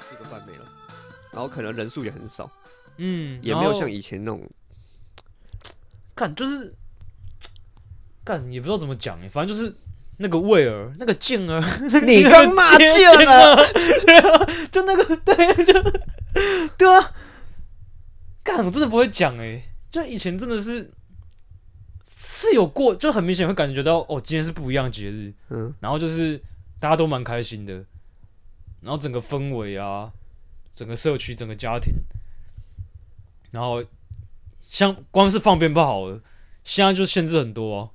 四个半没了，然后可能人数也很少，嗯，也没有像以前那种干就是干也不知道怎么讲哎，反正就是那个魏儿，那个健儿，你刚骂贱了，了，就那个对，啊就对啊，干我真的不会讲哎、就以前真的是是有过，就很明显会感觉到哦，今天是不一样的节日，嗯，然后就是大家都蛮开心的，然后整个氛围啊，整个社区，整个家庭，然后像光是放鞭炮好了，现在就限制很多、啊，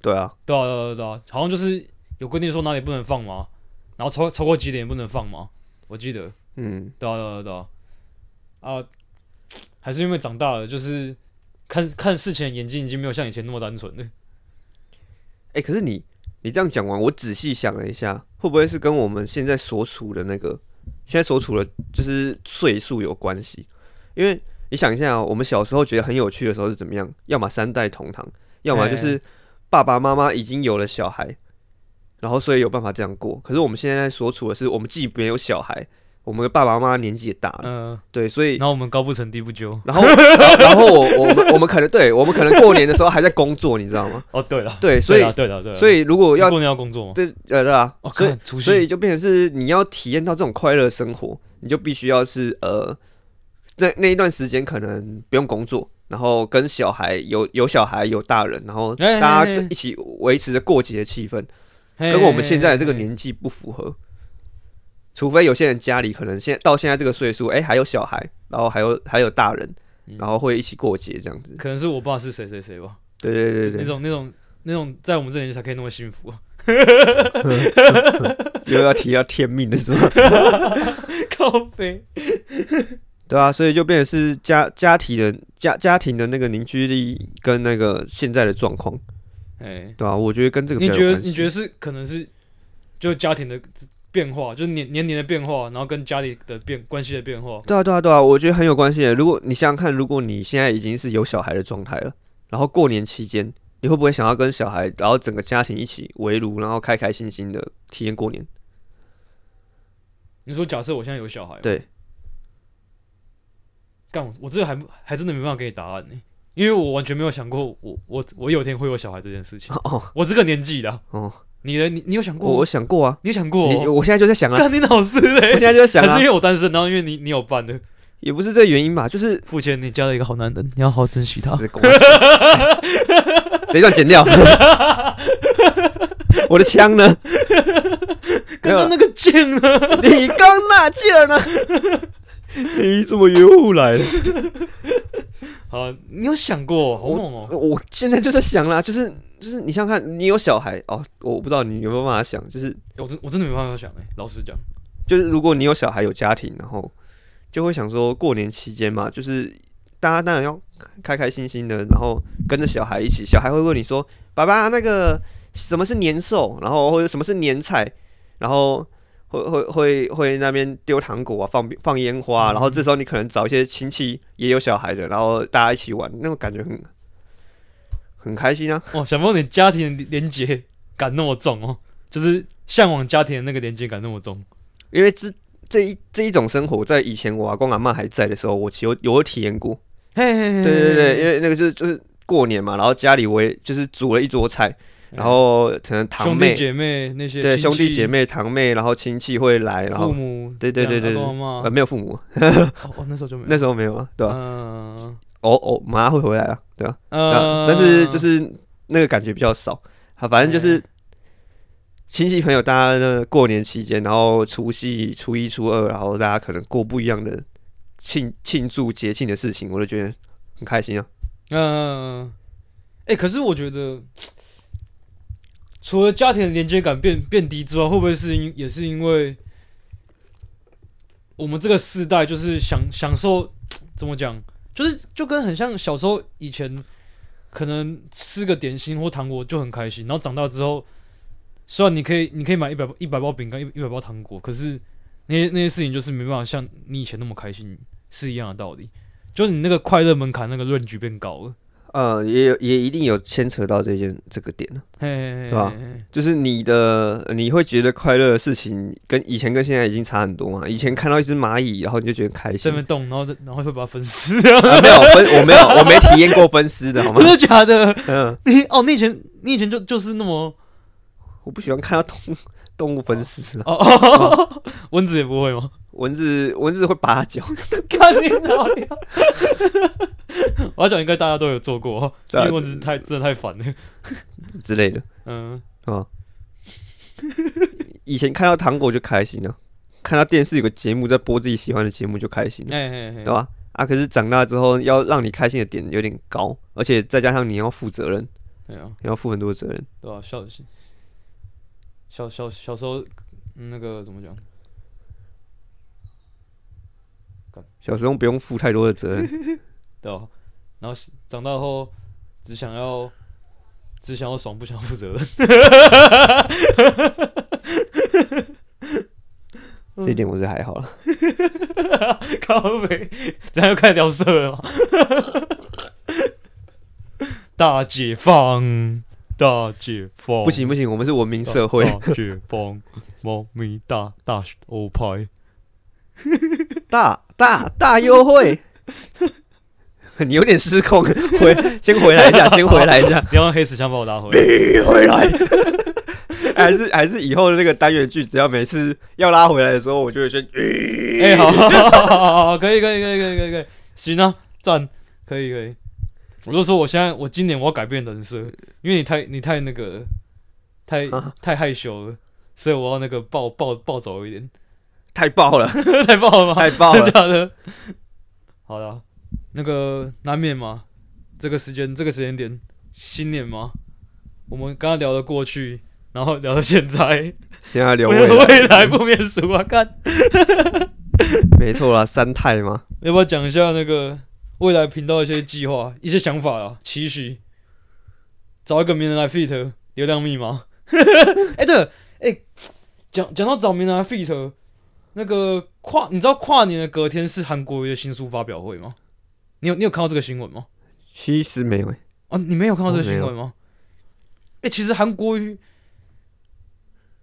对啊，对啊，对啊，对啊对啊，好像就是有规定说哪里不能放吗？然后超超过几点也不能放吗？我记得，嗯，对啊，对啊，对啊，啊，还是因为长大了，就是看看事情的眼睛已经没有像以前那么单纯了。哎、可是你你这样讲完，我仔细想了一下，会不会是跟我们现在所处的那个现在所处的就是岁数有关系？因为你想一下、哦，我们小时候觉得很有趣的时候是怎么样？要么三代同堂，要么就是爸爸妈妈已经有了小孩，然后所以有办法这样过。可是我们现在所处的是，我们既没有小孩，我们的爸爸妈妈年纪也大了，嗯、对，所以然后我们高不成低不就。然后，然后我我们我们可能对我们可能过年的时候还在工作，你知道吗？哦，对了，对，所以对了，啊对了，对了，所以如果你要过年要工作吗？对呃对啊哦，，所以看除夕所以就变成是你要体验到这种快乐生活，你就必须要是呃，那那一段时间可能不用工作，然后跟小孩有有小孩有大人，然后哎大家哎哎一起维持着过节的气氛，嘿跟我们现在的这个，年纪不符合。除非有些人家里可能现在到现在这个岁数，哎、还有小孩，然后还有还有大人，嗯然后会一起过节这样子嘿。可能是我爸是谁谁谁吧，对对对那对，种那种那种在我们这年纪才可以那么 幸福啊。又要提到天命的时 候，靠背，对啊，所以就变成是家家庭的家家庭的那个凝聚力跟那个现在的状况，哎，对吧、我觉得跟这个比你较有觉得关系你觉得是可能是就家庭的变化，就是年年龄的变化，然后跟家里的变关系的变化，对啊对啊对啊，我觉得很有关系的。如果你想想看，如果你现在已经是有小孩的状态了，然后过年期间，你会不会想要跟小孩，然后整个家庭一起围炉，然后开开心心的体验过年？你说假设我现在有小孩，对，干我我这个还还真的没办法给你答案呢、因为我完全没有想过我我我有一天会有小孩这件事情，哦， 我这个年纪的，哦，你呢？你你有想过我吗？我想过啊，你有想过你哦？我现在就在想啊，干你老师我嘞现！在就在想还是啊因，为我单身，然后因为你你有伴的，也不是这个原因吧，就是付钱你交了一个好男人，你要好好珍惜他。是公司哎这一段剪掉。我的枪呢？没刚有啊刚那个贱呢？你刚那劲儿呢？你怎么又来了？好，你有想过？好猛哦！我现在就在想啦，就是就是，你想想看，你有小孩哦，我不知道你有没有办法想，就是我真我真的没办法想哎，老实讲，就是，如果你有小孩有家庭，然后就会想说，过年期间嘛，就是大家当然要开开心心的，然后跟着小孩一起，小孩会问你说：“爸爸，那个什么是年兽？然后或者什么是年菜？”然后会会会会那边丢糖果啊，放放烟花啊、然后这时候你可能找一些亲戚也有小孩的，然后大家一起玩，那种感觉很很开心啊。哦，想不到你家庭的连结感那么重哦，就是向往家庭的那个连结感那么重。因为这这一这一种生活，在以前我阿公阿妈还在的时候，我其实有有体验过。嘿嘿嘿，对对对，因，为那个就是就是过年嘛，然后家里我也就是煮了一桌菜，然后可能堂嗯兄弟妹姐妹那些对亲兄戚弟姐、妹、堂妹，然后亲戚会来，然父后母，对对对对对阿公阿呃嬷没有父母，哦哦，那时候就没有，那时候没有啊，对吧、嗯偶偶妈会回来啊，对吧、对啊呃，但是就是那个感觉比较少，啊，反正就是。亲戚朋友，大家呢过年期间，然后除夕、初一、初二，然后大家可能过不一样的庆庆祝节庆的事情，我就觉得很开心啊。嗯，哎、可是我觉得，除了家庭的连接感变变低之外，会不会是因也是因为我们这个世代就是享享受怎么讲，就是就跟很像小时候以前可能吃个点心或糖果就很开心，然后长大之后，虽然你可以你可以买一百一百包饼干一一百包糖果，可是那些那些事情就是没办法像你以前那么开心，是一样的道理。就是你那个快乐门槛那个论据变高了，呃，也有也一定有牵扯到这件这个点啊嘿嘿对嘿吧嘿嘿就是你的你会觉得快乐的事情，跟以前跟现在已经差很多嘛。以前看到一只蚂蚁，然后你就觉得很开在心那，边动，然后再然后会把它 分 尸，啊、没有分，我没有，我没体验过分尸的好吗真？ 的假的？嗯，你哦，你以前你以前就就是那么我不喜欢看到动物动物分尸啊，哦 哦，蚊子也不会吗？ 蚊子蚊子会拔脚，看你老娘！我要讲，应该大家都有做过，对因啊为蚊子太真的太烦了。 之类的。嗯，以前看到糖果就开心了、看到电视有个节目在播自己喜欢的节目就开心了，哎哎哎，对吧？啊，可是长大之后要让你开心的点有点高，而且再加上你要负责任，对啊，你要负很多责任。对啊，小小小小时候嗯那个怎么讲？小时候不用负太多的责 任，对吧？然后长大后只想要只想要爽，不想负责任。这一点我是还好了。靠北，咱又开始聊色了吗？大解放，大解放，不行不行，我们是文明大，社会，大解放，猫咪大大欧派，大大大优 惠。你有点失控，回先回来一下，先回来一下，你要用黑死枪把我拉回来。你回来。 还是还是以后的那个单元剧，只要每次要拉回来的时候，我就会先。呃哎、好好好好好好好，可以可以可以可以可以可以，行啊，赞，可以可以。我就说我现在我今年我要改变人设，因为你太你太那个了太太害羞了，所以我要那个暴暴暴走一点，太爆了，太暴了吗？太爆哦真的了！假的？好了，那个难免嘛，这个时间这个时间点，新年嘛，我们刚刚聊了过去，然后聊到现在，现在留 未未来，来不免俗啊！看没错啦，三太嘛，要不要讲一下那个未来频道一些计划、一些想法啊？期许，找一个名人来 fit 流量密码。 哎、对了，哎、讲讲到找名人来 fit，那个跨，你知道跨年的隔天是韩国瑜的新书发表会吗？你有你有看到这个新闻吗？其实没有欸、哦，你没有看到这个我没新有闻吗？哎、其实韩国瑜，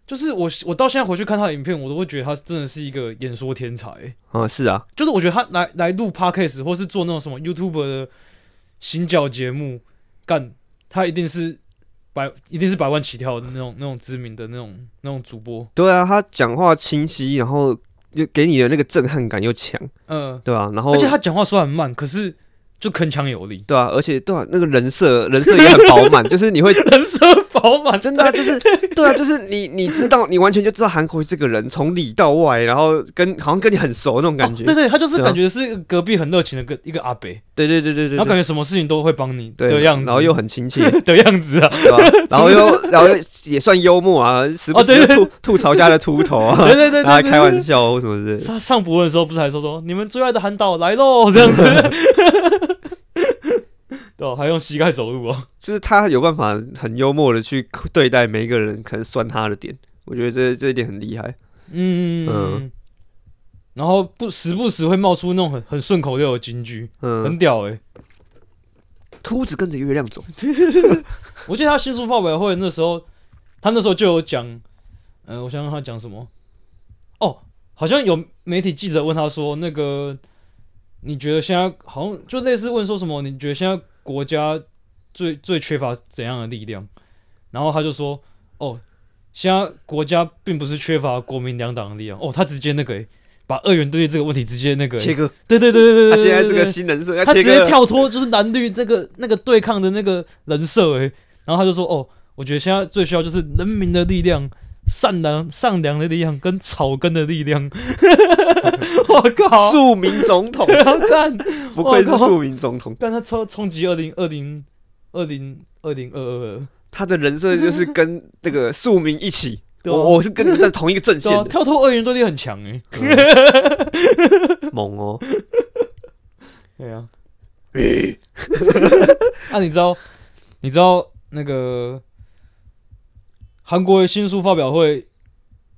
就是我我到现在回去看他的影片，我都会觉得他真的是一个演说天才、欸啊，是啊，就是我觉得他来来录 podcast 或是做那种什么 YouTube 的行脚节目，干他一定是百一定是百万起跳的那种那种知名的那种那种主播，对啊，他讲话清晰，然后又给你的那个震撼感又强，嗯、对吧、然后而且他讲话虽然慢，可是就铿锵有力，对啊，而且对啊，那个人设人设也很饱满，就是你会 人设饱满，真的、啊、就是对啊，就是你你知道，你完全就知道韩国瑜这个人从里到外，然后跟好像跟你很熟那种感觉。对对，他哦就是对啊感觉是隔壁很热情的一个一个阿伯，对对对对对然后感对觉什么事情都会帮你对的样子，然后又很亲切，的样子 啊， 对吧、然后又然后又也算幽默啊，时不哦对时对吐吐槽一下他的秃头啊，对对对 对拿来对开对玩笑或什么之类的。上上博文的时候不是还说说你们最爱的韩导来喽 这样子，对、哦，还用膝盖走路哦，就是他有办法很幽默的去对待每一个人可能酸他的点，我觉得这这一点很厉害。嗯，嗯然后不时不时会冒出那种很很顺口溜的金句，很嗯，屌哎、秃子跟着月亮走，我记得他新书发表会那时候，他那时候就有讲，呃，我想想他讲什么，哦，好像有媒体记者问他说，那个你觉得现在好像就类似问说什么，你觉得现在国家最最缺乏怎样的力量？然后他就说，哦，现在国家并不是缺乏国民两党的力量，哦，他直接那个、欸、把二元对立这个问题直接那个、切欸，割。对对对对对对他现在对这对个新人设要他切直接割，跳脱就是蓝绿这个那个对抗的那个人设诶、然后他就说哦，我觉得现在最需要就是人民的力量、善良善良的力量跟草根的力量。 我靠！庶民总 统，对啊，干不愧是我靠庶民总统。干他冲冲击二零二零二零二零二二，他的人设就是跟那个庶民一起， 对啊我我是跟你们在同一个阵线对啊，的，跳脱二元对立啊很强 诶、啊猛哦！呃对啊，那、你知道你知道那个韩国的新书发表会，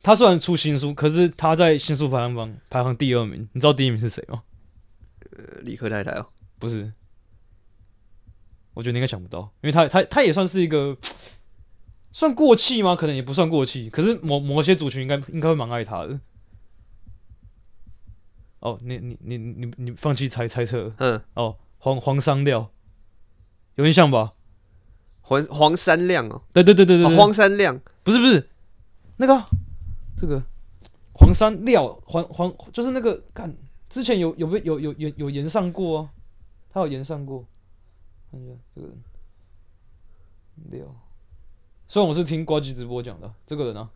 他虽然出新书，可是他在新书排行榜排行第二名。你知道第一名是谁吗？呃理科太太哦，不是，我觉得你应该想不到，因为它它它也算是一个算过气吗？可能也不算过气，可是某某些族群应该应该会蛮爱它的。哦，你你你你你放弃猜猜测了嗯，哦，黄黄商料有印象吧？黄黄山亮哦，对对对对对哦对黄山亮，不是不是，那个啊这个黄山料黄黄就是那个干，之前有有被有有有有延上过啊，他有延上过，看一下这个人料，虽然我是听瓜吉直播讲的，这个人啊，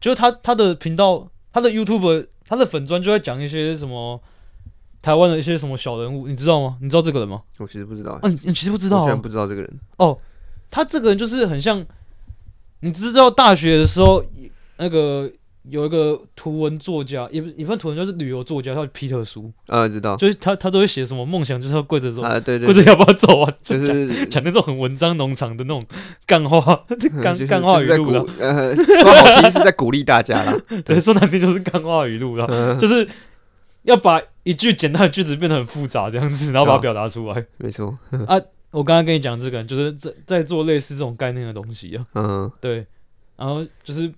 就是他他的频道，他的 YouTube，他的粉砖就在讲一些什么。台湾的一些什么小人物，你知道吗？你知道这个人吗？我其实不知道欸，啊，你你其实不知道、我啊，居然不知道这个人，他这个人就是很像，你知道大学的时候，那个有一个图文作家，也不也不算图文，就是旅游作家，叫皮特叔，呃，知道，就是他他都会写什么梦想就是要跪着走，啊，对对跪着对，要不要走啊？就就讲是讲那种很文章农场的那种干话， 嗯干就是干话就是语在录啦，鼓，呃，说好听是在鼓励大家啦，对，说难听就是干话语录啦，嗯就是要把一句简单的句子变得很复杂这样子，然后把它对啊表达出来。没错，我刚刚跟你讲这个，就是在在做类似这种概念的东西啊。嗯，对，然后就是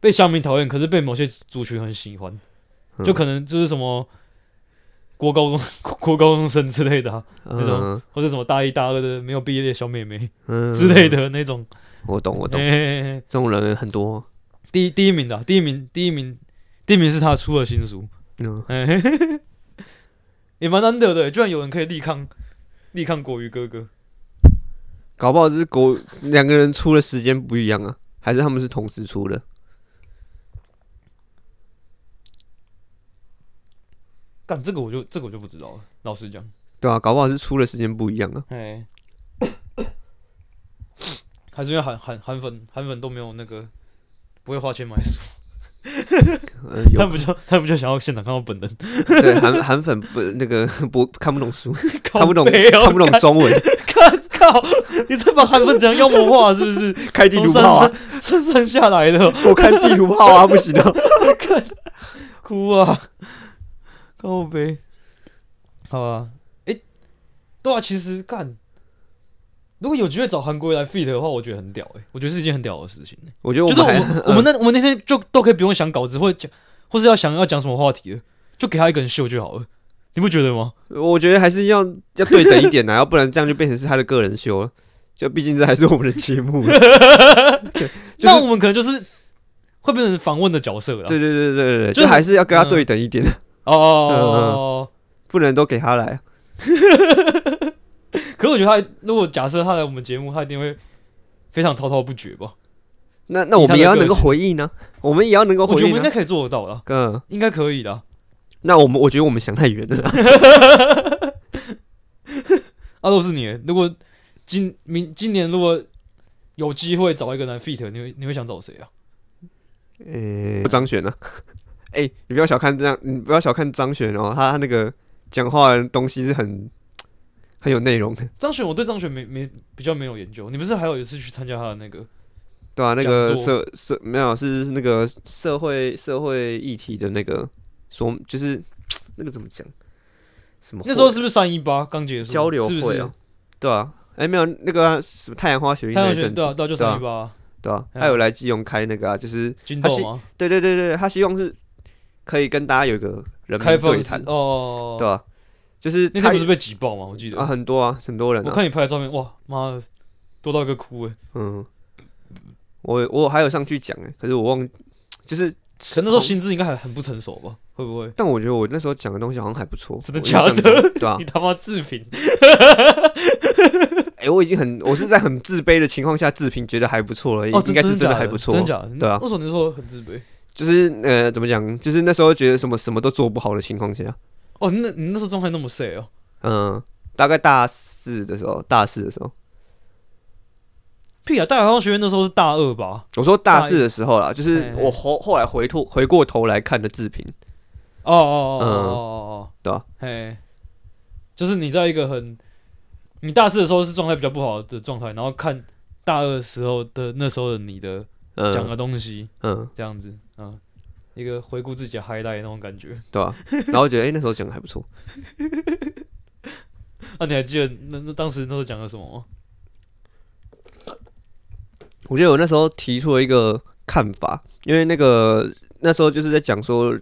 被乡民讨厌，可是被某些族群很喜欢，嗯就可能就是什么国高中、 国高中生之类的、啊，那种嗯或者什么大一大二的没有毕业的小妹妹嗯之类，的哎那种。我懂我懂，嘿嘿嘿嘿这种人很多，第一第一名的啊、第一名，第一名，第一名是他出了新书，嗯，哎嘿嘿嘿也蛮难得的，居然有人可以力抗力抗国语哥哥。搞不好这是国两个人出的时间不一样啊，还是他们是同时出的，干这个我就这个我就不知道了，老实讲。对啊，搞不好是出的时间不一样啊，哎， 还是因为韩韩韩粉韩粉都没有那个不会花钱买书，嗯，他有们不就他们不就想要现场看到本 人，对韩韩粉不那个不看不懂书，看不懂靠背哦看不懂干中文，看靠，你这把韩粉怎样妖魔化是 不是？开地从图山炮啊 上，山上下来的，我看地图炮啊，不行啊，哭啊，靠背，好啊，哎、对啊，其实干。如果有机会找韩国人来 feed 的话，我觉得很屌哎、我觉得是一件很屌的事情、我觉得我就是们还我嗯们我们那我们那天就都可以不用想稿子，或者讲，或是要想要讲什么话题了，就给他一个人秀就好了，你不觉得吗？我觉得还是要要对等一点啊，要 不然这样就变成是他的个人秀了。就毕竟这还是我们的节目， 对就是那我们可能就是会变成访问的角色了。对对对对对，就嗯就还是要跟他对等一点，嗯哦，不能都给他来。可是我觉得他如果假设他来我们节目，他一定会非常滔滔不绝吧？那那我们也要能够以他的个性回应呢、我们也要能够我回觉得我应、们应啊该。可以做得到啦，嗯，应该可以啦。那我们我觉得我们想太远了 啦。阿豆是你欸，如果今明今年如果有机会找一个人来 feed，你会你会想找谁啊？诶、张悬呢？哎、你不要小看这样，你不要小看张悬哦，他他那个讲话的东西是很很有内容的，张悬，我对张悬没没比较没有研究。你不是还有一次去参加他的那个？对啊，那个讲座社社没有是是那个社会社会议题的那个说，就是那个怎么讲？什么会？那时候是不是三一八刚结束交流是不会是啊？，对啊，哎、没有那个啊、什么太阳花学运太那阳一学阵对啊子，对啊，就对啊三一八对啊，嗯他有来基隆开那个啊，就是金他豆是嘛，对对对对，他希望是可以跟大家有一个人开民放对式谈，哦对，吧、就是那他天不是被挤爆吗？我记啊得，很多啊，很多人我啊，看你拍的照片，哇妈的，多到一个哭哎，嗯，我我还有上去讲哎、可是我忘，就是可能那时候心智应该还很不成熟吧？会不会？但我觉得我那时候讲的东西好像还不错，真的我印象假的 中？对啊你，他妈自评，哎、我已经很，我是在很自卑的情况下自评，觉得还不错了，哦，应该是真真假的还不错，真假的？对啊为什么那时候很自卑？就是呃，怎么讲？就是那时候觉得什么什么都做不好的情况下，哦，那你那时候状态那么 sad 哦，嗯，大概大四的时候，大四的时候，屁啊！大学学院那时候是大二吧？我说大四的时候啦，就是嘿我后后来回头回过头来看的自评，哦哦哦哦嗯哦哦，对啊，嘿，就是你在一个很，你大四的时候是状态比较不好的状态，然后看大二的时候的那时候的你的讲嗯的东西，嗯，这样子，嗯，一个回顾自己的啊 highlight 那种感觉，对吧、然后觉得哎、诶那时候讲的还不错，那你还记得那那当时那时候讲了什么吗？我记得我那时候提出了一个看法，因为那个那时候就是在讲说，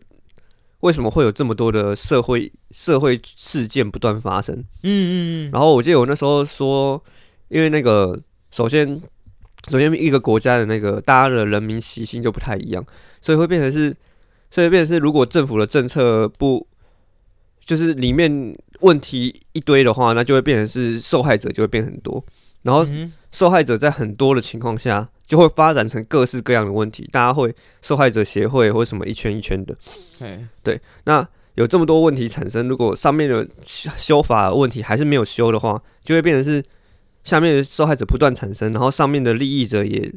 为什么会有这么多的社会社会事件不断发生。嗯嗯嗯，然后我记得我那时候说，因为那个首先首先一个国家的那个大家的人民习性就不太一样，所以会变成是，所以变成是如果政府的政策不就是里面问题一堆的话，那就会变成是受害者就会变很多，然后嗯哼受害者在很多的情况下就会发展成各式各样的问题，大家会受害者协会或什么一圈一圈的。哎，那有这么多问题产生，如果上面的修修法问题还是没有修的话，就会变成是下面的受害者不断产生，然后上面的利益者也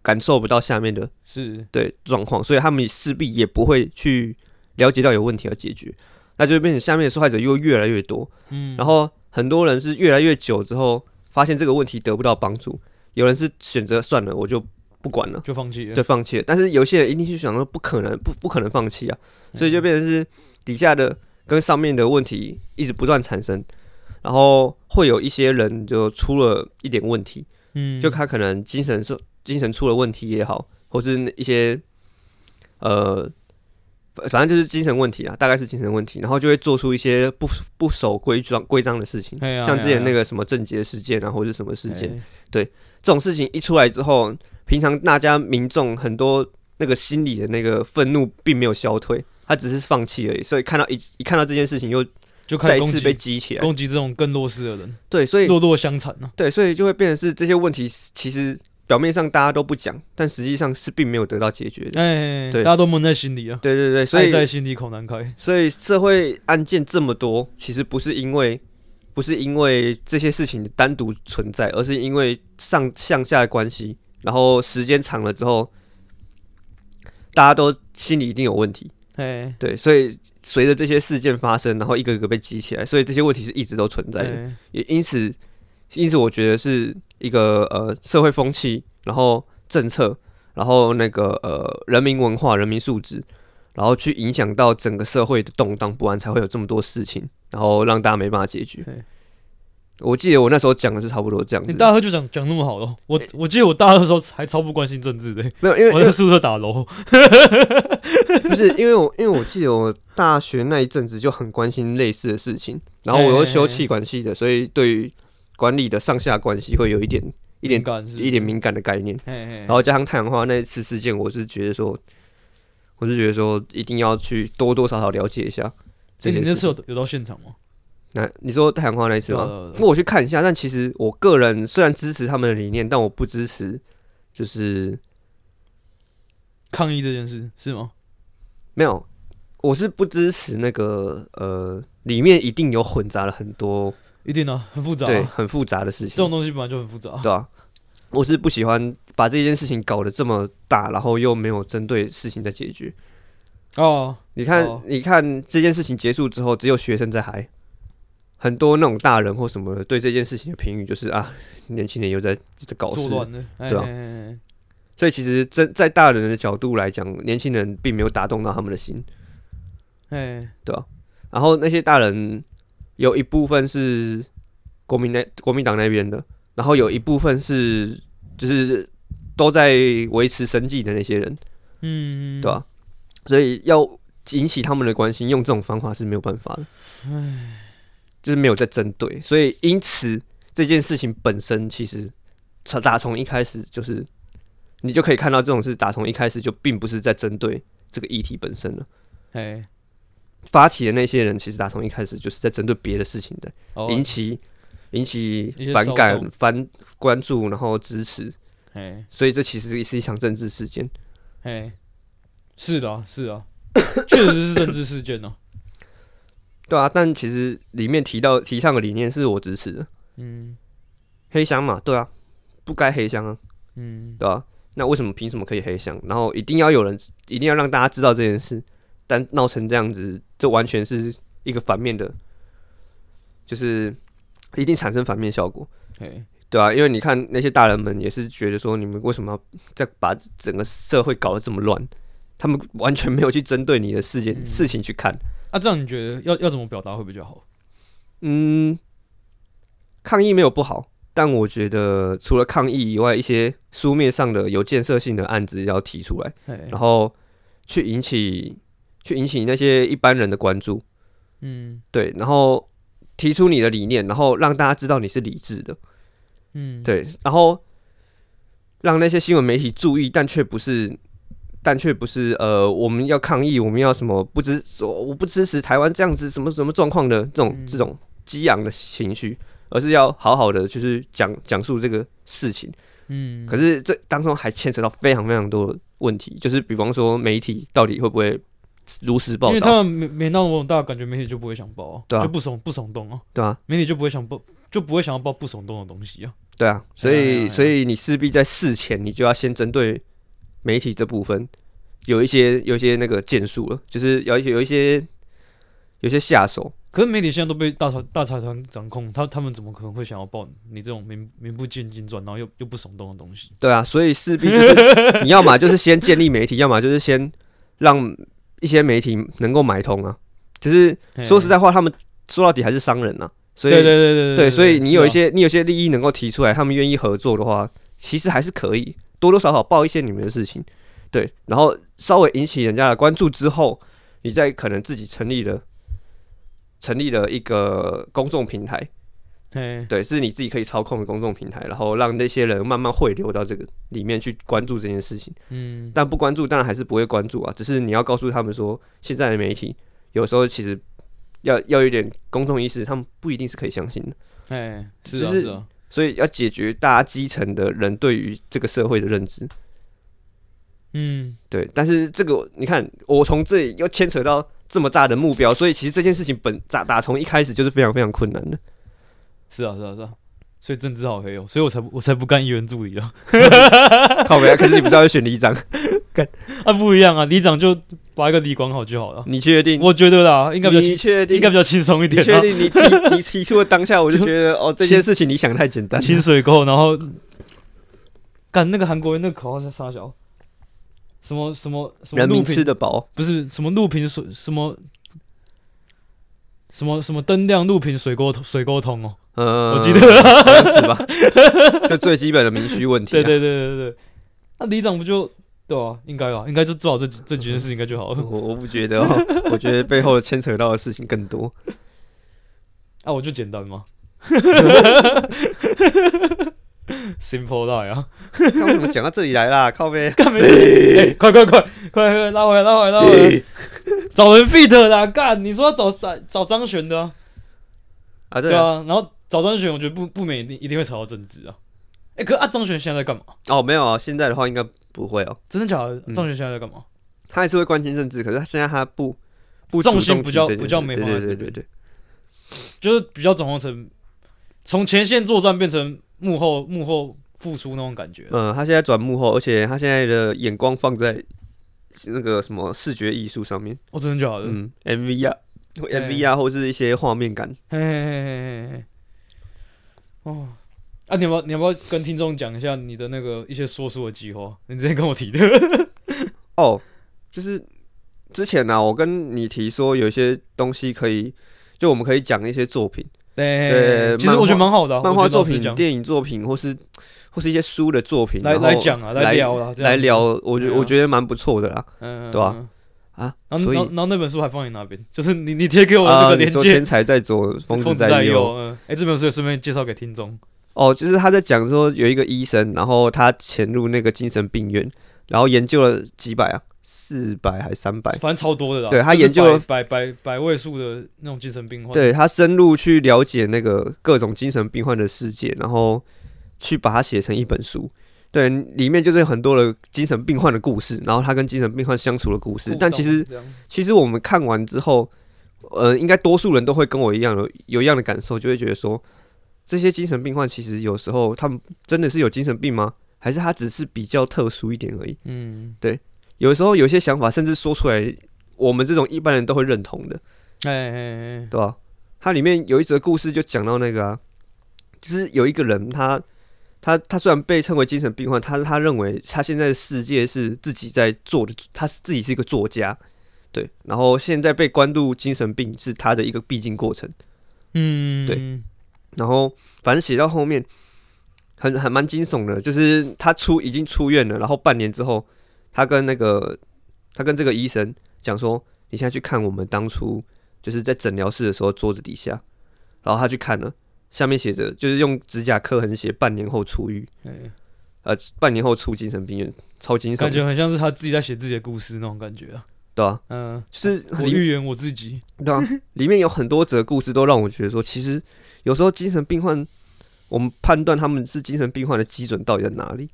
感受不到下面的是对状况，所以他们势必也不会去了解到有问题而解决，那就会变成下面的受害者又越来越多，嗯，然后很多人是越来越久之后发现这个问题得不到帮助，有人是选择算了，我就不管了。就放弃了，就放弃了。但是有些人一定去想说不可能，不不可能放弃啊，所以就变成是底下的跟上面的问题一直不断产生，然后会有一些人就出了一点问题，嗯，就他可能精神是精神出了问题也好，或是一些呃。反反正就是精神问题啊，大概是精神问题，然后就会做出一些不不守规章规章的事情，嘿啊像之前嘿啊那个什么郑捷事件啊，或者是什么事件，哎这种事情一出来之后，平常大家民众很多那个心里的那个愤怒并没有消退，他只是放弃而已。所以看到一一看到这件事情，又就开再始一攻次被击激起来。攻击这种更弱势的人，对，所以弱弱相残呢。对，所以就会变成是这些问题其实表面上大家都不讲，但实际上是并没有得到解决的。哎，大对家都闷在心里啊，对对对，所爱在以心里口难开。所以社会案件这么多，其实不是因为。不是因为这些事情单独存在，而是因为上向下的关系，然后时间长了之后，大家都心里一定有问题，哎，对，所以随着这些事件发生，然后一个个被激起来，所以这些问题是一直都存在的。哎也因此，因此我觉得是一个呃社会风气，然后政策，然后那个呃人民文化、人民素质，然后去影响到整个社会的动荡不安，才会有这么多事情，然后让大家没办法解决对。我记得我那时候讲的是差不多这样你子，大二就讲讲那么好了，我我记得我大二的时候还超不关心政 治的，没有因为我在宿舍打楼。不是因为我，因为我记得我大学那一阵子就很关心类似的事情，然后我又修气管系的，所以对于管理的上下关系会有一点一点感是不是一点，敏感的概念。哎哎，然后加上太阳花那一次事件，我是觉得说，我是觉得说一定要去多多少少了解一下这哎你些那事次情。有有到现场吗？那你说太阳花那一次对啊吗？对啊那我去看一下，但其实我个人虽然支持他们的理念，但我不支持，就是抗议这件事是吗？没有，我是不支持那个呃，里面一定有混杂了很多一定啊，很复杂啊。对很复杂的事这种情，东西本来就很复杂。对啊？我是不喜欢把这件事情搞得这么大，然后又没有针对事情的解决。哦，你看，哦你看这件事情结束之后，只有学生在嗨，很多那种大人或什么的对这件事情的评语就是啊，年轻人又在又在搞作事，乱的，哎对啊哎哎哎所以其实真在大人的角度来讲，年轻人并没有打动到他们的心。哎，然后那些大人有一部分是国民那国民党那边的，然后有一部分是就是都在维持生计的那些人，嗯，对吧、啊所以要引起他们的关心，用这种方法是没有办法的，就是没有在针对，所以因此这件事情本身其实从打从一开始就是。你就可以看到这种事，打从一开始就并不是在针对这个议题本身了。哎，发起的那些人，其实打从一开始就是在针对别的事情的。哦引起引起一些反骚感动、反关注，然后支持，哎所以这其实是一场政治事件。哎，是的啊，是啊， 确实是政治事件啊呢。对啊，但其实里面提到提倡的理念是我支持的，嗯黑箱嘛，对啊，不该黑箱啊，嗯，对啊，那为什么凭什么可以黑箱？然后一定要有人，一定要让大家知道这件事，但闹成这样子，这完全是一个反面的，就是一定产生反面效果。哎，对啊，因为你看那些大人们也是觉得说，你们为什么要再把整个社会搞得这么乱？他们完全没有去针对你的事件、嗯事情去看。啊，这样你觉得要要怎么表达会比较好？嗯，抗议没有不好，但我觉得除了抗议以外，一些书面上的有建设性的案子要提出来，哎然后去引起去引起那些一般人的关注，嗯对，然后提出你的理念，然后让大家知道你是理智的，嗯，对，然后让那些新闻媒体注意，但却不是，但却不是呃，我们要抗议，我们要什么不支，我我不支持台湾这样子什么什么状况的这种嗯这种激昂的情绪，而是要好好的就是讲讲述这个事情。嗯，可是这当中还牵扯到非常非常多的问题，就是比方说媒体到底会不会如实报因为道，他们没没闹那么大，感觉媒体就不会想报、对啊就不耸不耸动啊，对吧、媒体就不会想报，就不会想要报不耸动的东西啊。对啊，所哎呀哎呀哎以呀所以你势必在事前，你就要先针对媒体这部分有一些有一些那个建树了，就是有一些有一些有一些下手。可是媒体现在都被大财大财团掌控，他他们怎么可能会想要报你这种名名不见经传，然后又又不耸动的东西？对啊，所以势必就是 你要么就是先建立媒体，要么就是先让一些媒体能够买通啊。就是说实在话，他们说到底还是商人啊，所嘿，以对对对对对，所以你有一，是啊些你有些利益能够提出来，他们愿意合作的话，其实还是可以多多少少报一些你们的事情，对，然后稍微引起人家的关注之后，你再可能自己成立了成立了一个公众平台，啊嘿，对，是你自己可以操控的公众平台，然后让那些人慢慢汇流到这个里面去关注这件事情。嗯，但不关注当然还是不会关注啊，只是你要告诉他们说，现在的媒体有时候其实要要有一点公众意识，他们不一定是可以相信的。哎，是就啊是是啊，所以要解决大家基层的人对于这个社会的认知。嗯，对，但是这个你看，我从这里又牵扯到这么大的目标，所以其实这件事情本打打从一开始就是非常非常困难 的。是啊是啊是啊，所以政治好黑哦，所以我才不我才不干议员助理啊，靠北啊，可是你不知道要选里长，啊不一样啊，里长就把一个里管好就好了，你确定？我觉得啦，应该比较你轻，确定？应该比较轻松一你点确啊，定？你提你提出的当下，我就觉得哦，这件事情你想太简单了。 清水沟，然后干那个韩国人那个口号是啥小？什么什么什么人路民吃平得饱，不是什么路平水什么什么什么灯亮路平水沟通水沟通哦，嗯，我记得是 吧？就最基本的民需问题啊。对对对对对对，那里长不就对啊，应该吧，应该就做好这几这几件事情应该就好了。我我不觉得哦，我觉得背后牵扯到的事情更多。啊，我就简 单嘛，simple die 啊，看为什么讲到这里来啦？靠背。干没事， 哎快快快快快拉回来拉回来 拉回来。哎找人 fit 啦，干！你说要找找找张悬的、啊，啊，对对啊，啊，然后找张悬，我觉得不不免一定一定会扯到政治啊。哎、可啊，张悬现在在干嘛？哦，没有啊，现在的话应该不会哦，真的假的？嗯张悬现在在干嘛？他还是会关心政治，可是他现在他不不主重动心提比较这件事比较没对放对在对这对边对，就是比较转换成从前线作战变成幕后幕后付出那种感觉。嗯，他现在转幕后，而且他现在的眼光放在那个什么视觉艺术上面，哦，真的假的？嗯，MV 啊。或 MV 啊，或是一些画面感，嘿嘿嘿嘿嘿嘿。哦，啊，你要不要你要不要跟听众讲一下你的那个一些说书的计划？你之前跟我提的。哦，就是之前呢、啊，我跟你提说有一些东西可以，就我们可以讲一些作品，对对其实我觉得蛮好的啊、漫画我觉得作老实品、讲电影作品，或是或是一些书的作品，来然后来讲啊，来聊啊，这样来聊，我觉对啊我觉得蛮不错的啦。嗯，对吧嗯？嗯啊，然后所以然后然后那本书还放你那边，就是你你贴给我的那啊，个你链说接天，才在左，疯疯子子在右。右。嗯，哎，这本书也顺便介绍给听众。哦，就是他在讲说有一个医生，然后他潜入那个精神病院，然后研究了几百啊，四百还三百。反正超多的啦。哎对他就是研究了百百百百位数的那种精神病患。，对他深入去了解那个各种精神病患的世界，然后去把它写成一本书。对，里面就是有很多的精神病患的故事，然后他跟精神病患相处的故事。但其实这样其实我们看完之后，呃，应该多数人都会跟我一样有有一样的感受，就会觉得说，这些精神病患其实有时候他们真的是有精神病吗？还是他只是比较特殊一点而已？嗯，有时候有些想法，甚至说出来，我们这种一般人都会认同的，哎哎哎，对吧？它里面有一则故事就讲到那个啊，就是有一个人他。他他虽然被称为精神病患，他他认为他现在的世界是自己在做的，他是自己是一个作家，对，然后现在被关注精神病是他的一个必经过程，嗯，对然后反正写到后面很很蛮惊悚的，就是他出已经出院了，然后半年之后，他跟那个他跟这个医生讲说，你现在去看我们当初就是在诊疗室的时候桌子底下，然后他去看了，下面写着就是用指甲刻痕写半年后出狱，哎呃，半年后出精神病院，超惊悚感的，觉很像是他自己在写自己的故事那种感觉啊。对啊，嗯、就是我里预言我自己，对啊，里面有很多则故事都让我觉得说，其实有时候精神病患，我们判断他们是精神病患的基准到底在哪里？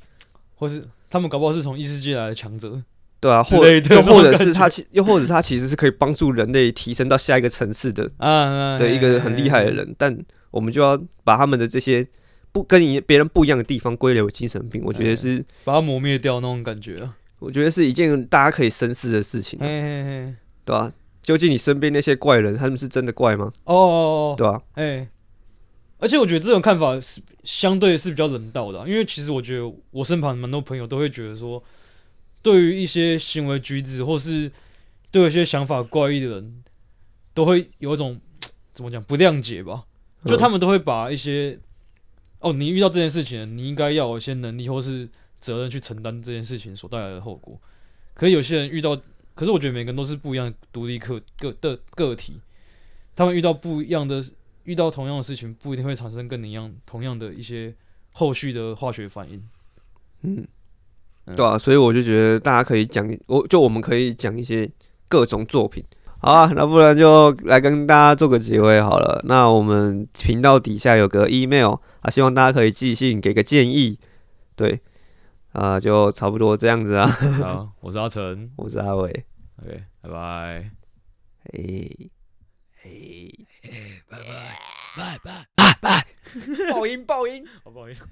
或是他们搞不好是从异世界来的强者。对啊，之或类的又那种或者感是觉他其，又或者是他其实是可以帮助人类提升到下一个层次的啊啊，的一个很厉害的哎人，但我们就要把他们的这些不跟你别人不一样的地方归类为精神病，我觉哎得是，把它磨灭掉那种感觉啊。我觉得是一件大家可以深思的事情嘿啊，嘿嘿，对吧、究竟你身边那些怪人，他们是真的怪吗？哦哦哦，对吧、啊哎、而且我觉得这种看法是相对是比较人道的啊、因为其实我觉得我身旁蛮多朋友都会觉得说，对于一些行为举止或是对一些想法怪异的人，都会有一种怎么讲不谅解吧，就他嗯们都会把一些、哦，你遇到这件事情了，你应该要有一些能力或是责任去承担这件事情所带来的后果。可是有些人遇到，可是我觉得每个人都是不一样的独立个个的个体，他们遇到不一样的遇到同样的事情，不一定会产生跟你一样同样的一些后续的化学反应。嗯，嗯对啊，所以我就觉得大家可以讲，我就我们可以讲一些各种作品。好啊，那不然就来跟大家做个结尾好了。那我们频道底下有个 email 啊，希望大家可以寄信给个建议。对，啊、就差不多这样子啊。 好，我是阿成我是阿伟，哎，OK，拜拜。嘿，嘿， 拜拜拜拜拜拜，爆音爆音。好不好意思？